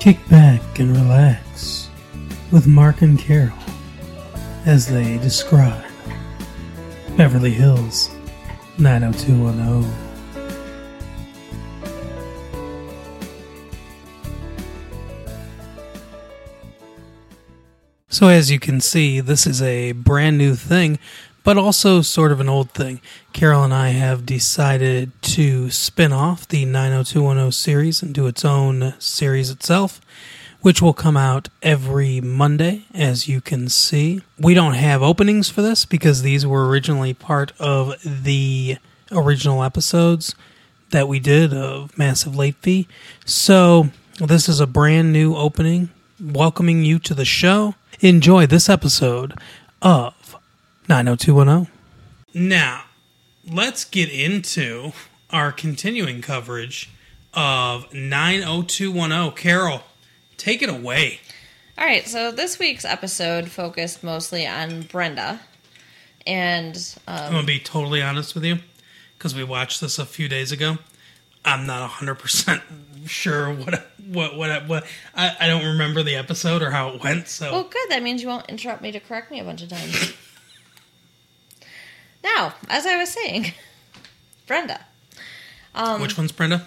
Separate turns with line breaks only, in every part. Kick back and relax with Mark and Carol as they describe Beverly Hills 90210. So, as you can see, this is a brand new thing, but also sort of an old thing. Carol and I have decided to spin off the 90210 series into its own series itself, which will come out every Monday, as you can see. We don't have openings for this because these were originally part of the original episodes that we did of Massive Late Fee. So, this is a brand new opening welcoming you to the show. Enjoy this episode of 90210. Now, let's get into our continuing coverage of 90210. Carol, take it away.
All right, so this week's episode focused mostly on Brenda, and
I'm
um,
going to be totally honest with you because we watched this a few days ago. I'm not 100% sure what what what what I, I don't remember the episode or how it went so
well, Oh, good. That means you won't interrupt me to correct me a bunch of times. now, as I was saying, Brenda, um,
which one's Brenda?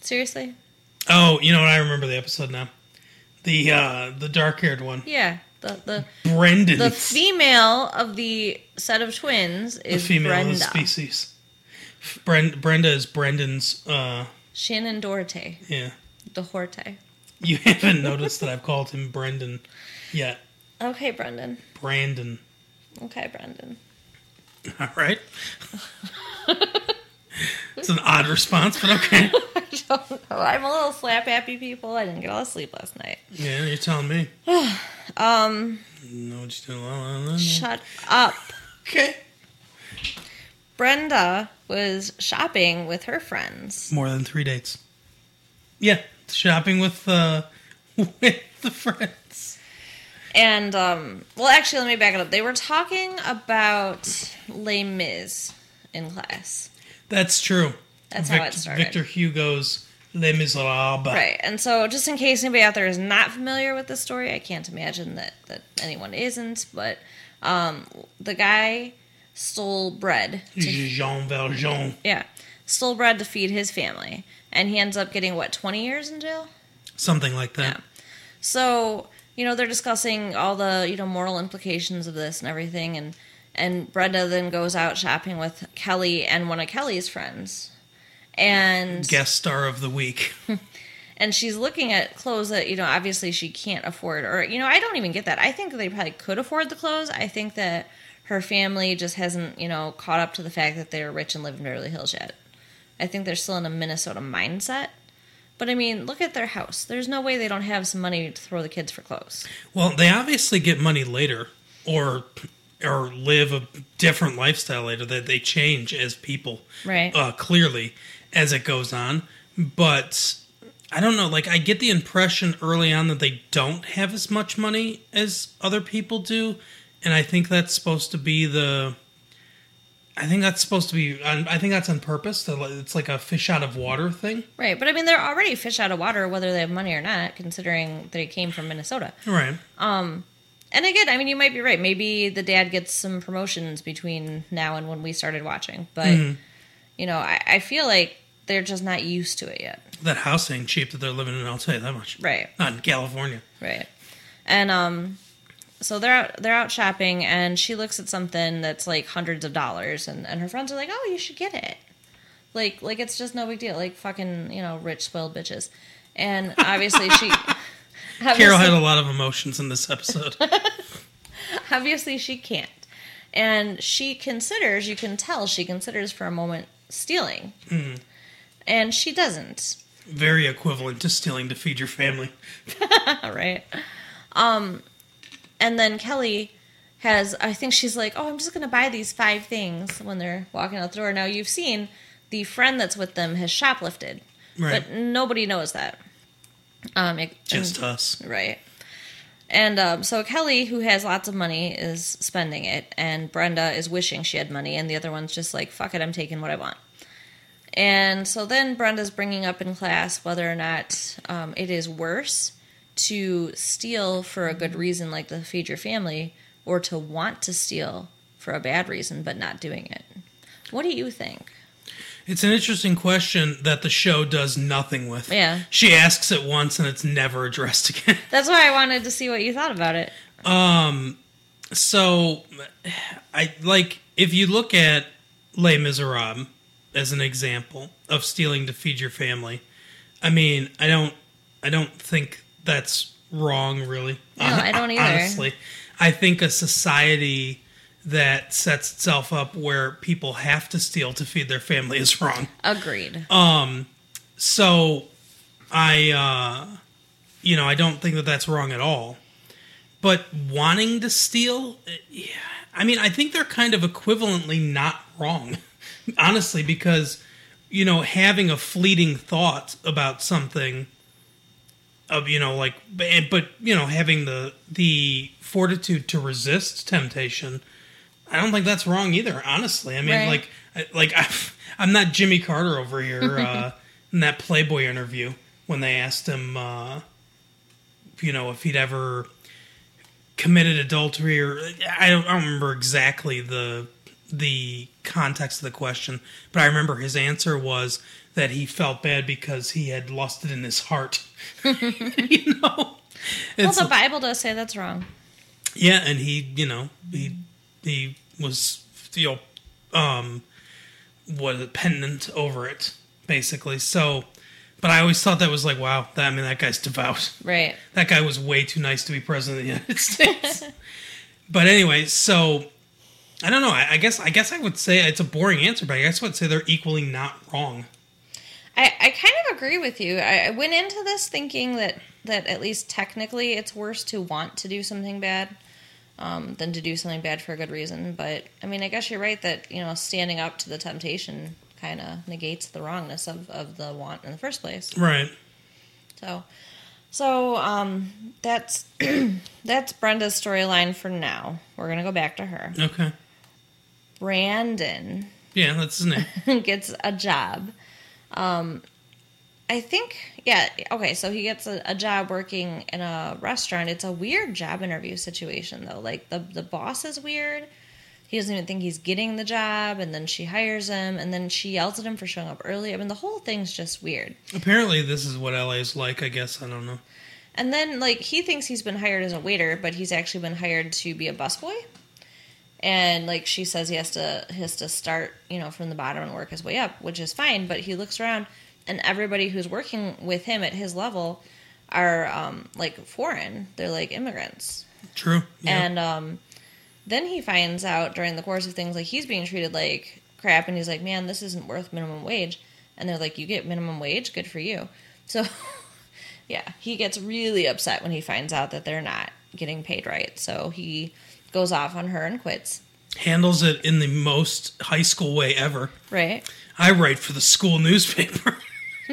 seriously,
Oh, you know what? I remember the episode now. The uh the dark haired one,
yeah, the the
Brendan,
the female of the set of twins
the
is
female of the
Brenda
species. Bren- Brenda is Brendan's. uh
Shannon Dorte,
Yeah,
Dehorte.
you haven't noticed that I've called him Brendan yet.
Okay, Brendan.
Brandon.
Okay, Brendan.
All right. it's an odd response, but okay.
I don't know. Oh, I'm a little slap happy, people. I didn't get all the sleep last night.
Yeah, you're telling me.
Um,
Know what you do. La, la, la, la.
shut up.
Okay.
Brenda was shopping with her friends.
More than three dates. Yeah, shopping with uh with the friends.
And, um, well, actually, let me back it up. They were talking about Les Mis in class.
That's true.
That's how it started.
Victor Hugo's Les Miserables.
Right. And so, just in case anybody out there is not familiar with the story, I can't imagine that, that anyone isn't, but um, the guy stole bread. To,
Jean Valjean.
yeah. Stole bread to feed his family. And he ends up getting, what, 20 years in jail?
Something like that.
Yeah. So, you know, they're discussing all the, you know, moral implications of this and everything and and Brenda then goes out shopping with Kelly and one of Kelly's friends. And
Guest star of the week.
and she's looking at clothes that, you know, obviously she can't afford or you know, I don't even get that. I think they probably could afford the clothes. I think that her family just hasn't, you know, caught up to the fact that they're rich and live in Beverly Hills yet. I think they're still in a Minnesota mindset. But I mean, look at their house. There's no way they don't have some money to throw the kids for clothes.
Well, they obviously get money later, or or live a different lifestyle later. That they change as people,
Right.
Uh, clearly, as it goes on. But I don't know. Like I get the impression early on that they don't have as much money as other people do, and I think that's supposed to be the. I think that's supposed to be. I I think that's on purpose. to like- It's like a fish out of water thing,
Right, but I mean, they're already fish out of water, whether they have money or not, considering they came from Minnesota.
right?
And again, I mean, you might be right. Maybe the dad gets some promotions between now and when we started watching, but you know, I, I feel like they're just not used to it yet.
That house ain't cheap that they're living in. I'll tell you that much.
Right,
Not in California.
right, and um, so they're out they're out shopping, and she looks at something that's like hundreds of dollars, and and her friends are like, "Oh, you should get it." Like, like it's just no big deal. Like fucking, you know, rich spoiled bitches, and obviously she.
Carol
obviously-
had a lot of emotions in this episode.
obviously she can't and she considers you can tell she considers for a moment stealing
Mm-hmm.
and she doesn't
Very equivalent to stealing to feed your family.
all right um and then kelly has i think she's like oh i'm just gonna buy these five things when they're walking out the door now you've seen the friend that's with them has shoplifted
Right.
but nobody knows that um it,
Just us.
Right. And um, so Kelly, who has lots of money, is spending it, and Brenda is wishing she had money, and the other one's just like, "Fuck it, I'm taking what I want." And so then Brenda's bringing up in class whether or not um, it is worse to steal for a good reason, like to feed your family, or to want to steal for a bad reason but not doing it. What do you think?
It's an interesting question that the show does nothing with.
Yeah.
She asks it once and it's never addressed again.
That's why I wanted to see what you thought about it.
So, I like if you look at Les Miserables as an example of stealing to feed your family. I mean, I don't, I don't think that's wrong, really.
No, I don't either.
Honestly, I think a society that sets itself up where people have to steal to feed their family is wrong.
Agreed.
So, I, uh, you know, I don't think that that's wrong at all. But wanting to steal, eh, yeah, I mean, I think they're kind of equivalently not wrong, honestly, because, you know, having a fleeting thought about something of, you know, like, b- eh, but, you know, having the, the fortitude to resist temptation, I don't think that's wrong either, honestly. I mean,
Right.
like, I- like i I'm not Jimmy Carter over here uh, in that Playboy interview when they asked him, uh, you know, if he'd ever committed adultery or I don't, I don't remember exactly the the context of the question, but I remember his answer was that he felt bad because he had lusted in his heart. you know,
well,
It's-
the Bible does say that's wrong.
yeah, and he, you know, he he was you know, um, was penitent over it basically. So, but I always thought that was like, wow, that, I mean, that guy's devout
Right.
that guy was way too nice to be president of the United States. but anyway, so I don't know. I, I guess I guess I would say it's a boring answer, but I guess I would say they're equally not wrong.
I, I kind of agree with you. I, I went into this thinking that, that at least technically it's worse to want to do something bad um, than to do something bad for a good reason. But I mean, I guess you're right that you know standing up to the temptation kind of negates the wrongness of, of the want in the first place.
Right.
So, so um, that's that's Brenda's storyline for now. We're gonna go back to her.
Okay.
Brandon
Yeah, that's his name.
gets a job. Um, I think, yeah, okay. So he gets a, a job working in a restaurant. It's a weird job interview situation though. Like the the boss is weird. He doesn't even think he's getting the job, and then she hires him, and then she yells at him for showing up early. I mean, the whole thing's just weird.
Apparently, this is what LA is like. I guess I don't know.
And then, like, he thinks he's been hired as a waiter, but he's actually been hired to be a busboy. And like she says, he has to he has to start, you know, from the bottom and work his way up, which is fine. But he looks around, and everybody who's working with him at his level are um, like foreign. They're like immigrants.
True. Yeah.
And um, then he finds out during the course of things like he's being treated like crap, and he's like, "Man, this isn't worth minimum wage." And they're like, "You get minimum wage, good for you." So, yeah, he gets really upset when he finds out that they're not getting paid right. So he goes off on her and quits.
Handles it in the most high school way ever.
Right?
I write for the school newspaper.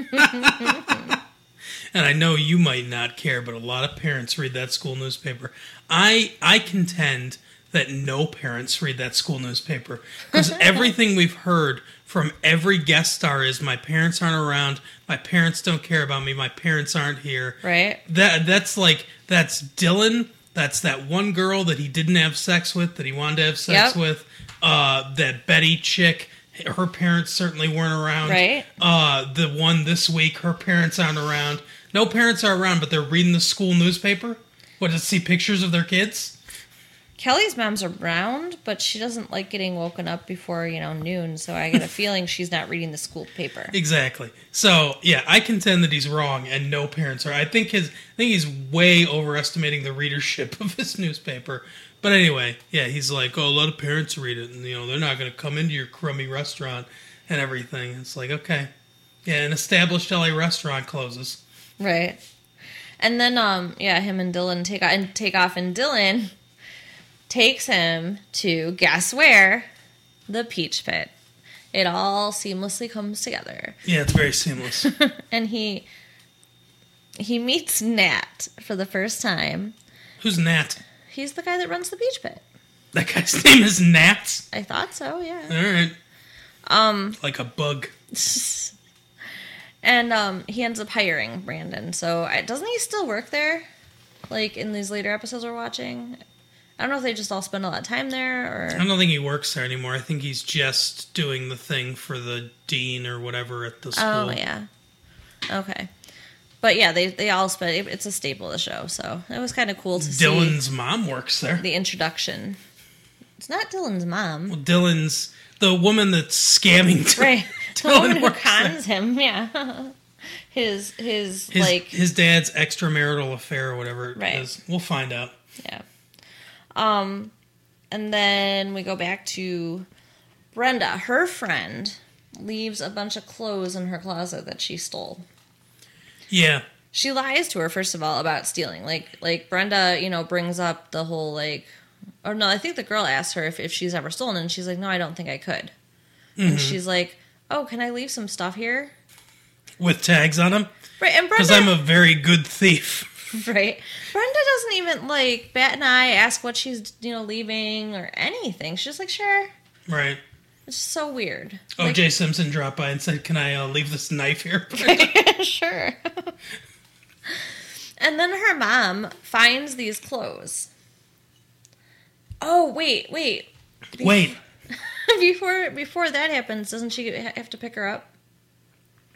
and I know you might not care, but a lot of parents read that school newspaper. I I contend that no parents read that school newspaper because everything we've heard from every guest star is my parents aren't around, my parents don't care about me, my parents aren't here.
Right?
That that's like that's Dylan. That's that one girl that he didn't have sex with that he wanted to have sex
Yep.
with. Uh, that Betty chick. Her parents certainly weren't around.
Right.
Uh, the one this week, her parents aren't around. No parents are around, but they're reading the school newspaper. What to see pictures of their kids?
Kelly's mom's around, but she doesn't like getting woken up before you know noon. So I get a feeling she's not reading the school paper.
Exactly. So yeah, I contend that he's wrong, and no parents are. I think his, I think he's way overestimating the readership of his newspaper. But anyway, yeah, he's like, oh, a lot of parents read it, and you know they're not going to come into your crummy restaurant and everything. It's like okay, yeah, an established LA restaurant closes.
Right. And then um yeah, him and Dylan take off and take off and Dylan takes him to guess where? The peach pit. It all seamlessly comes together.
Yeah, it's very seamless.
And he he meets Nat for the first time.
Who's Nat?
He's the guy that runs the beach pit.
That guy's name is Nat.
I thought so, yeah.
All right.
Um,
like a bug.
and um, he ends up hiring Brandon. So I, doesn't he still work there? Like in these later episodes we're watching, I don't know if they just all spend a lot of time there
I
or.
don't think he works there anymore. I think he's just doing the thing for the dean or whatever at the school.
Oh yeah, okay. But yeah, they they all spend. It, it's a staple of the show, so it was kind of cool to
Dylan's mom works there.
see the introduction. It's not Dylan's mom,
Dylan's the woman that's scamming Dylan.
right? The
Dylan
woman who
works there.
cons him, yeah. his his
His,
like
his dad's extramarital affair or whatever it
Right.
is. We'll find out.
Yeah. Um, and then we go back to Brenda. Her friend leaves a bunch of clothes in her closet that she stole.
Yeah.
She lies to her first of all about stealing. Like like Brenda, you know, brings up the whole like or no, I think the girl asks her if, if she's ever stolen and she's like, No, I don't think I could.
Mm-hmm.
And she's like, Oh, can I leave some stuff here?
With tags on him.
Right, and
Because
Brenda
I'm a very good thief.
Right. Brenda doesn't even like bat an eye, ask what she's you know leaving or anything. She's just like, sure.
Right.
It's just so weird.
OJ Simpson dropped by and said, Can I uh, leave this knife here?
Like, sure. and then her mom finds these clothes. Oh wait, wait.
Wait.
before before that happens, doesn't she ha- have to pick her up?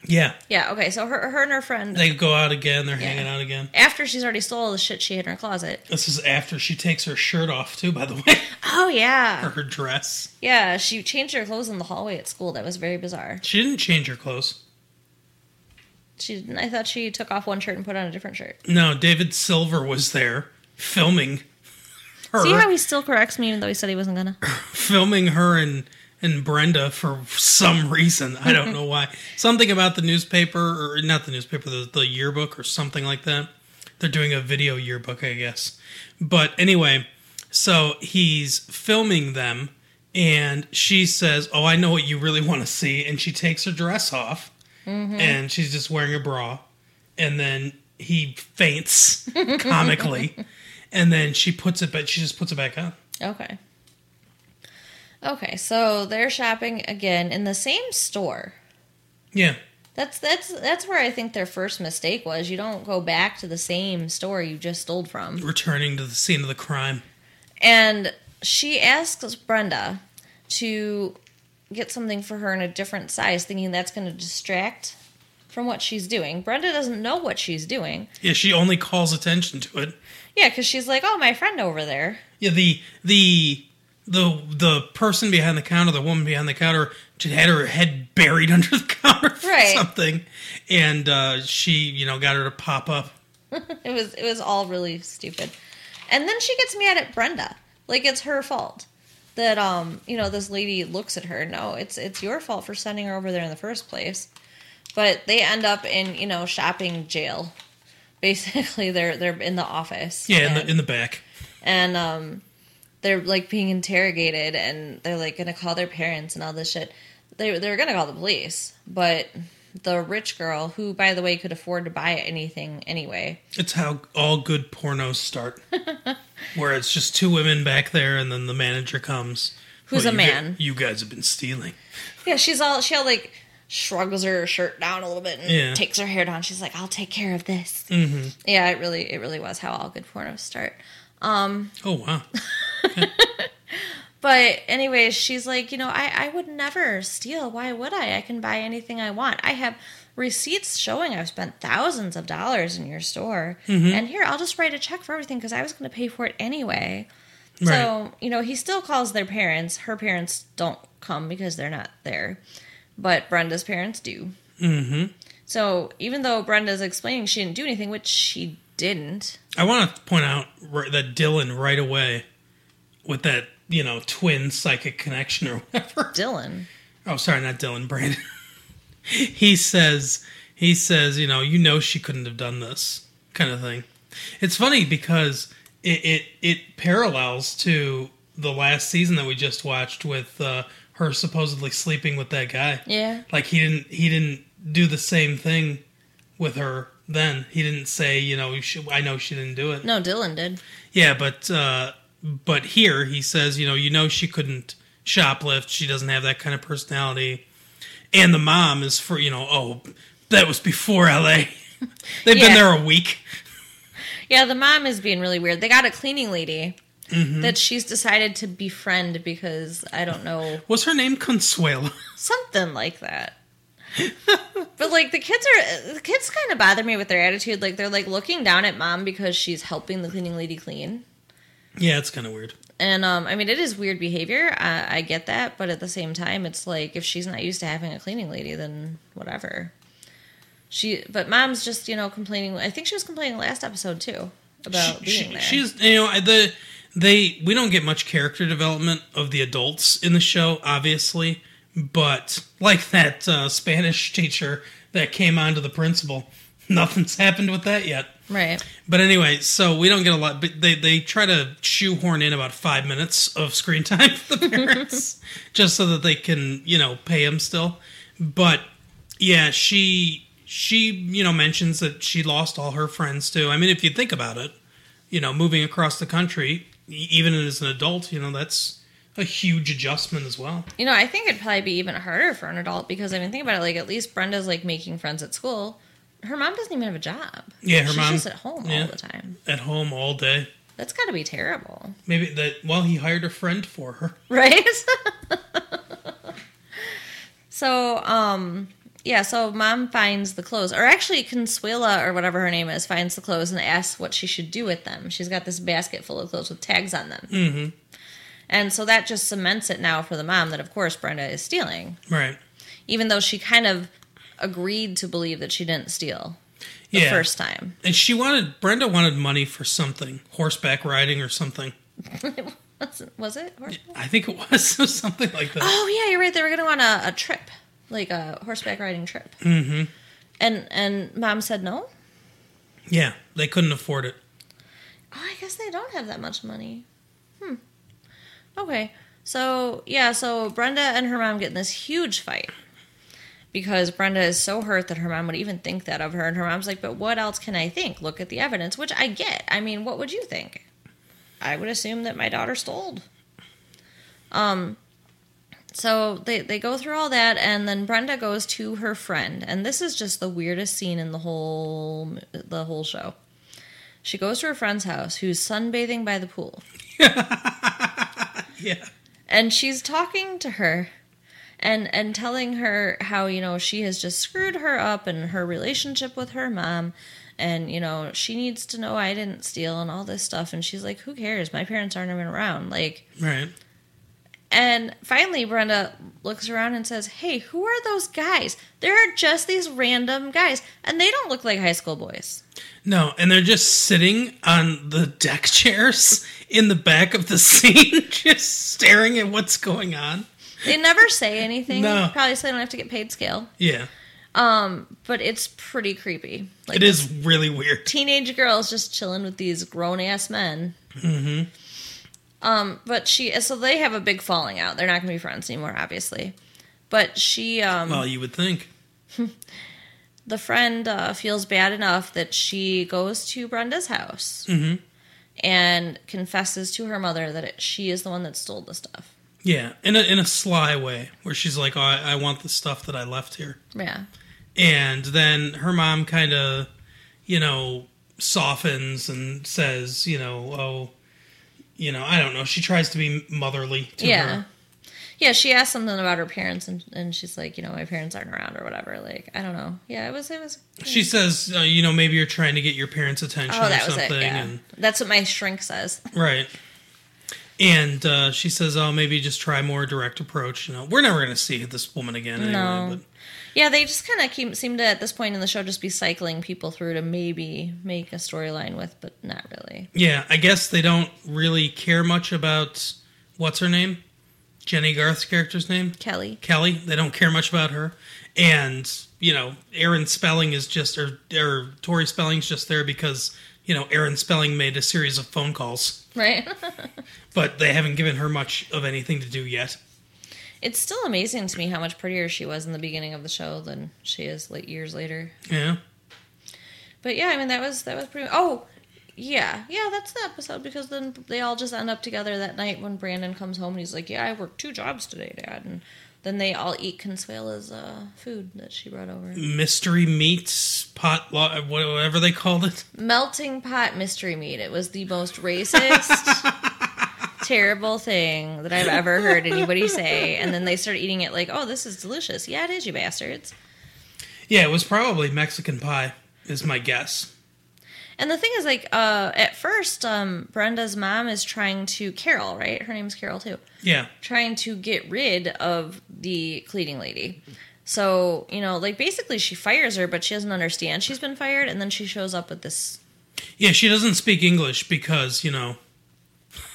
Yeah.
Yeah. Okay. So her her and her friend
They go out again. They're hanging out again.
after she's already stole all the shit she had in her closet.
This is after she takes her shirt off, too, by the way,
Oh
or
yeah,
her dress.
yeah. She changed her clothes in the hallway at school. That was very bizarre.
She didn't change her clothes.
She didn't. I thought she took off one shirt and put on a different shirt.
No, David Silver was there filming her,
See how he still corrects me even though he said he wasn't gonna.
filming her and and Brenda for some reason. I don't know why. Something about the newspaper or not the newspaper, the, the yearbook or something like that. They're doing a video yearbook, I guess. But anyway, so he's filming them and she says, "Oh, I know what you really want to see." And she takes her dress off and she's just wearing a bra. And then he faints comically. and then she puts it back she just puts it back on.
Okay. Okay, so they're shopping again in the same store.
Yeah.
That's that's that's where I think their first mistake was. You don't go back to the same store you just stole from.
returning to the scene of the crime.
And she asks Brenda to get something for her in a different size, thinking that's going to distract from what she's doing. Brenda doesn't know what she's doing.
Yeah, she only calls attention to it.
Yeah, because she's like, "Oh, my friend over there."
Yeah, the the the the person behind the counter, the woman behind the counter, she had her head buried under the counter for
Right.
something, and uh, she you know got her to pop up.
It was it was all really stupid. And then she gets mad at Brenda. Like it's her fault that um, you know, this lady looks at her. No, it's it's your fault for sending her over there in the first place. But they end up in, you know, shopping jail. Basically they're they're in the office.
Yeah, in
and,
the in the back.
and um they're like being interrogated and they're like gonna call their parents and all this shit. They they were gonna call the police, but the rich girl, who by the way could afford to buy anything anyway,
It's how all good pornos start, where it's just two women back there, and then the manager comes.
Who's a
you
man.
gu- You guys have been stealing.
Yeah, she's all she all like shrugs her shirt down a little bit and
Yeah.
takes her hair down. She's like, "I'll take care of this." Mm-hmm. Yeah, it really it really was how all good pornos start.
Oh wow.
But anyways, she's like, you know, I I would never steal. Why would I? I can buy anything I want. I have receipts showing I've spent thousands of dollars in your store, and here I'll just write a check for everything because I was going to pay for it anyway. So, you know, he still calls their parents. Her parents don't come because they're not there, but Brenda's parents do.
Mm-hmm.
So even though Brenda's explaining she didn't do anything, which she didn't,
I want to point out ri- that Dylan right away with that, you know, twin psychic connection or whatever.
Dylan.
Oh, sorry, not Dylan, Brandon. he says, he says, you know, you know, she couldn't have done this kind of thing. It's funny because it it, it parallels to the last season that we just watched with uh, her supposedly sleeping with that guy.
Yeah.
Like he didn't he didn't do the same thing with her then. He didn't say, you know, she, I know she didn't do it.
No, Dylan did.
Yeah, but uh, but here he says, you know, you know, she couldn't shoplift. She doesn't have that kind of personality. And the mom is for, you know, oh, that was before LA. They've been
Yeah.
there a week.
Yeah, the mom is being really weird. They got a cleaning lady that she's decided to befriend because I don't know
Was her name Consuelo?
something like that. but like the kids are the kids kind of bother me with their attitude. Like they're like looking down at mom because she's helping the cleaning lady clean.
yeah, it's kind of weird.
And um, I mean, it is weird behavior. I, I get that, but at the same time, it's like if she's not used to having a cleaning lady, then whatever. She, but mom's just you know complaining. I think she was complaining last episode too about
She-
being
she-
there.
She's you know the they we don't get much character development of the adults in the show, obviously, but like that uh, Spanish teacher that came on to the principal, nothing's happened with that yet.
right.
But anyway, so we don't get a lot. But they they try to shoehorn in about five minutes of screen time for the parents, just so that they can you know pay them still. But yeah, she she you know mentions that she lost all her friends too. I mean, if you think about it, you know, moving across the country, e- even as an adult, you know, that's a huge adjustment as well.
You know, I think it'd probably be even harder for an adult because I mean, think about it. Like at least Brenda's like making friends at school. Her mom doesn't even have a job.
Yeah, her
she's
mom-
just at home
yeah.
all the time.
At home all day.
That's got to be terrible,
Maybe that. Well, he hired a friend for her.
right? so, um, yeah. So mom finds the clothes, or actually Consuela or whatever her name is finds the clothes and asks what she should do with them. She's got this basket full of clothes with tags on them. Mm-hmm. And so that just cements it now for the mom that, of course, Brenda is stealing.
Right.
even though she kind of agreed to believe that she didn't steal the
yeah.
first time.
And she wanted Brenda wanted money for something, horseback riding or something.
Was it? Was it horseback?
I think it was something like that.
Oh yeah, you're right. They were going to want a, a trip, like a horseback riding trip. Mm-hmm. And and mom said no.
Yeah, they couldn't afford it.
Oh, I guess they don't have that much money. Hmm. Okay. So yeah, so Brenda and her mom get in this huge fight because Brenda is so hurt that her mom would even think that of her, and her mom's like, "But what else can I think? Look at the evidence." Which I get. I mean, what would you think? I would assume that my daughter stole. Um. So they they go through all that, and then Brenda goes to her friend, and this is just the weirdest scene in the whole the whole show. She goes to her friend's house who's sunbathing by the pool.
Yeah.
And she's talking to her and and telling her how, you know, she has just screwed her up in her relationship with her mom and you know, she needs to know I didn't steal and all this stuff and she's like, "Who cares? My parents aren't even around." Like
Right.
and finally Brenda looks around and says, "Hey, who are those guys? There are just these random guys and they don't look like high school boys."
No, and they're just sitting on the deck chairs in the back of the scene, just staring at what's going on.
They never say anything.
No.
Probably so they don't have to get paid scale.
Yeah.
Um, but it's pretty creepy. Like
It is really weird.
teenage girls just chilling with these grown ass men. Mm-hmm. Um, but she so they have a big falling out. They're not gonna be friends anymore, obviously. But she, um,
Well, you would think.
the friend, uh, feels bad enough that she goes to Brenda's house
Mm-hmm.
and confesses to her mother that it, she is the one that stole the stuff.
Yeah, in a in a sly way, where she's like, oh, I, "I want the stuff that I left here,"
Yeah,
and then her mom kind of, you know, softens and says, "You know, oh, you know, I don't know." She tries to be motherly to
yeah.
her.
Yeah, she asked something about her parents, and, and she's like, you know, my parents aren't around or whatever. Like, I don't know. Yeah, it was it was
She says, uh, "You know, maybe you're trying to get your parents' attention
Oh,
or
that was
something."
it. Yeah.
And,
That's what my shrink says.
right. And uh, she says, "Oh, maybe just try more direct approach." You know, we're never going to see this woman again. Anyway,
No.
But
Yeah, they just kind of keep seem to at this point in the show just be cycling people through to maybe make a storyline with, but not really.
Yeah, I guess they don't really care much about what's her name, Jenny Garth's character's name,
Kelly.
Kelly. They don't care much about her, and you know, Aaron Spelling is just or or Tori Spelling's just there because you know Aaron Spelling made a series of phone calls,
Right?
but they haven't given her much of anything to do yet.
it's still amazing to me how much prettier she was in the beginning of the show than she is late years later.
Yeah,
But yeah, I mean that was that was pretty Oh, Yeah, yeah, that's the episode because then they all just end up together that night when Brandon comes home and he's like, "Yeah, I worked two jobs today, Dad," and then they all eat Consuela's uh, food that she brought over.
Mystery meats pot, lo- whatever they called it.
Melting pot mystery meat. It was the most racist, terrible thing that I've ever heard anybody say. And then they start eating it like, "Oh, this is delicious." Yeah, it is, you bastards.
Yeah, it was probably Mexican pie, is my guess.
And the thing is, like, uh, at first, um, Brenda's mom is trying to Carol, right? Her name's Carol too.
Yeah,
trying to get rid of the cleaning lady. So, you know, like basically she fires her, but she doesn't understand she's been fired, and then she shows up at this.
yeah. She doesn't speak English because you know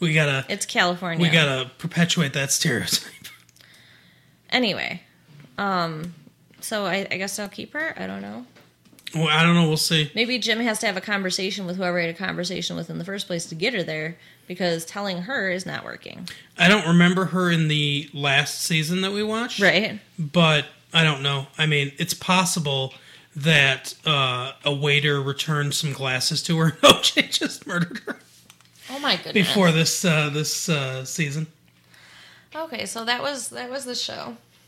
we gotta
It's California.
we gotta perpetuate that stereotype.
Anyway, um, so I, I guess I'll keep her. I don't know.
Well, I don't know. We'll see.
Maybe Jim has to have a conversation with whoever he had a conversation with in the first place to get her there because telling her is not working.
I don't remember her in the last season that we watched.
Right.
but I don't know. I mean, it's possible that uh, a waiter returned some glasses to her. No, she just murdered her
Oh my goodness.
before this uh, this uh, season.
Okay, so that was that was the show.